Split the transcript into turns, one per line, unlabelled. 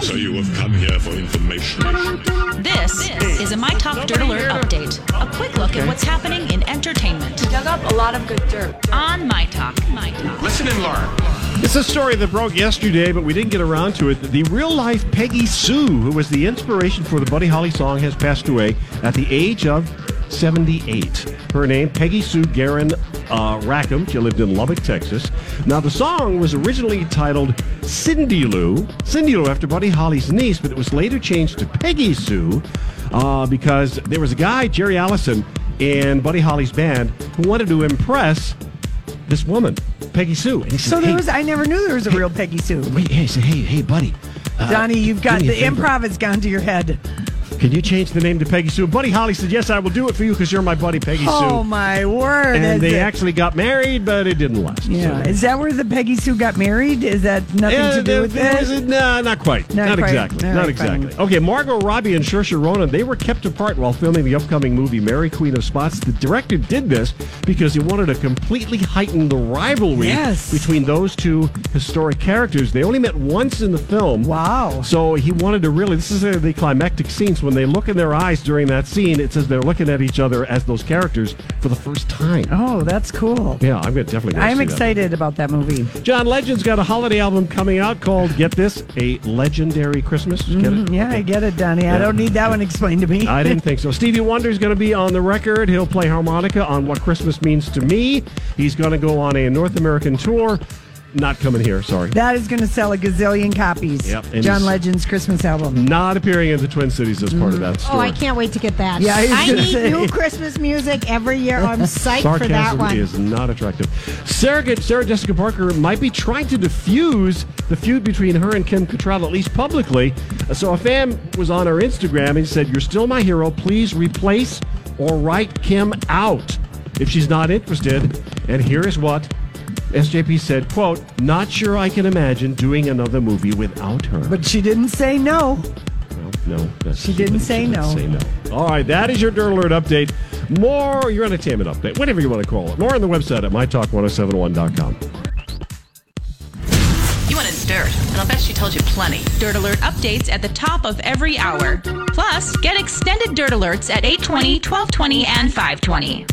So you have come here for information.
This is a My Talk Dirt Alert update. A quick look at what's happening in entertainment
Dug up a lot of good dirt.
on My Talk. My Talk.
Listen and learn.
It's a story that broke yesterday, but we didn't get around to it. The real life Peggy Sue, who was the inspiration for the Buddy Holly song, has passed away at the age of 78. Her name, Peggy Sue Guerin uh, Rackham. She lived in Lubbock, Texas. Now, the song was originally titled Cindy Lou, Cindy Lou after Buddy Holly's niece, but it was later changed to Peggy Sue uh, because there was a guy, Jerry Allison, in Buddy Holly's band who wanted to impress this woman, Peggy Sue. And he said,
So
"Hey,
there was, I never knew there was a real Peggy Sue.
Wait, hey, say, hey, hey, buddy. Uh,
Donnie, you've got
do me a
the
favor.
improv has gone to your head.
Can you change the name to Peggy Sue? Buddy Holly said, yes, I will do it for you because you're my buddy, Peggy
Oh
Sue.
my word!
And
is
they
it-
actually got married, but it didn't last.
yeah.
So-
Is that where the Peggy Sue got married? Is that nothing
Yeah,
to do
there-
with
there was
it?
a- nah, not quite. Not,
Not quite.
exactly.
All
not
right,
exactly.
fine.
Okay, Margot Robbie and Saoirse Ronan, they were kept apart while filming the upcoming movie Mary Queen of Scots. The director did this because he wanted to completely heighten the rivalry
Yes.
between those two historic characters. They only met once in the film.
Wow.
So he wanted to really, this is uh, the climactic scenes. When they look in their eyes during that scene, it says they're looking at each other as those characters for the first time.
Oh, that's cool.
Yeah, I'm gonna definitely. go
I'm
see that.
excited about that movie.
John Legend's got a holiday album coming out called Get This, a Legendary Christmas. Get it?
Mm, Mm-hmm, Yeah, I get it, Donnie. I don't need that one explained to me.
I didn't think so. Stevie Wonder's going to be on the record. He'll play harmonica on What Christmas Means to Me. He's going to go on a North American tour. Not coming here, sorry.
that is going to sell a gazillion copies.
Yep, Mm. and
John
he's-
Legend's Christmas album.
Not appearing in the Twin Cities as part of that
Oh,
story.
I can't wait to get that.
Yeah, I was
I
gonna
need
say.
new Christmas music every year. I'm psyched for that
Sarcasm
one.
is not attractive. Sarah, Ge- Sarah Jessica Parker might be trying to diffuse the feud between her and Kim Cattrall, at least publicly. So a fan was on her Instagram and said, "You're still my hero. Please replace or write Kim out if she's not interested." And here is what SJP said: "Quote, not sure I can imagine doing another movie without her."
But she didn't say no.
No, that's
She didn't say no.
Say no. All right, that is your Dirt Alert update. More your entertainment update, whatever you want to call it. More on the website at mytalk1071.com.
You wanted dirt, and I'll bet she told you plenty.
Dirt Alert updates at the top of every hour. Plus, get extended Dirt Alerts at 820, 1220, and 520.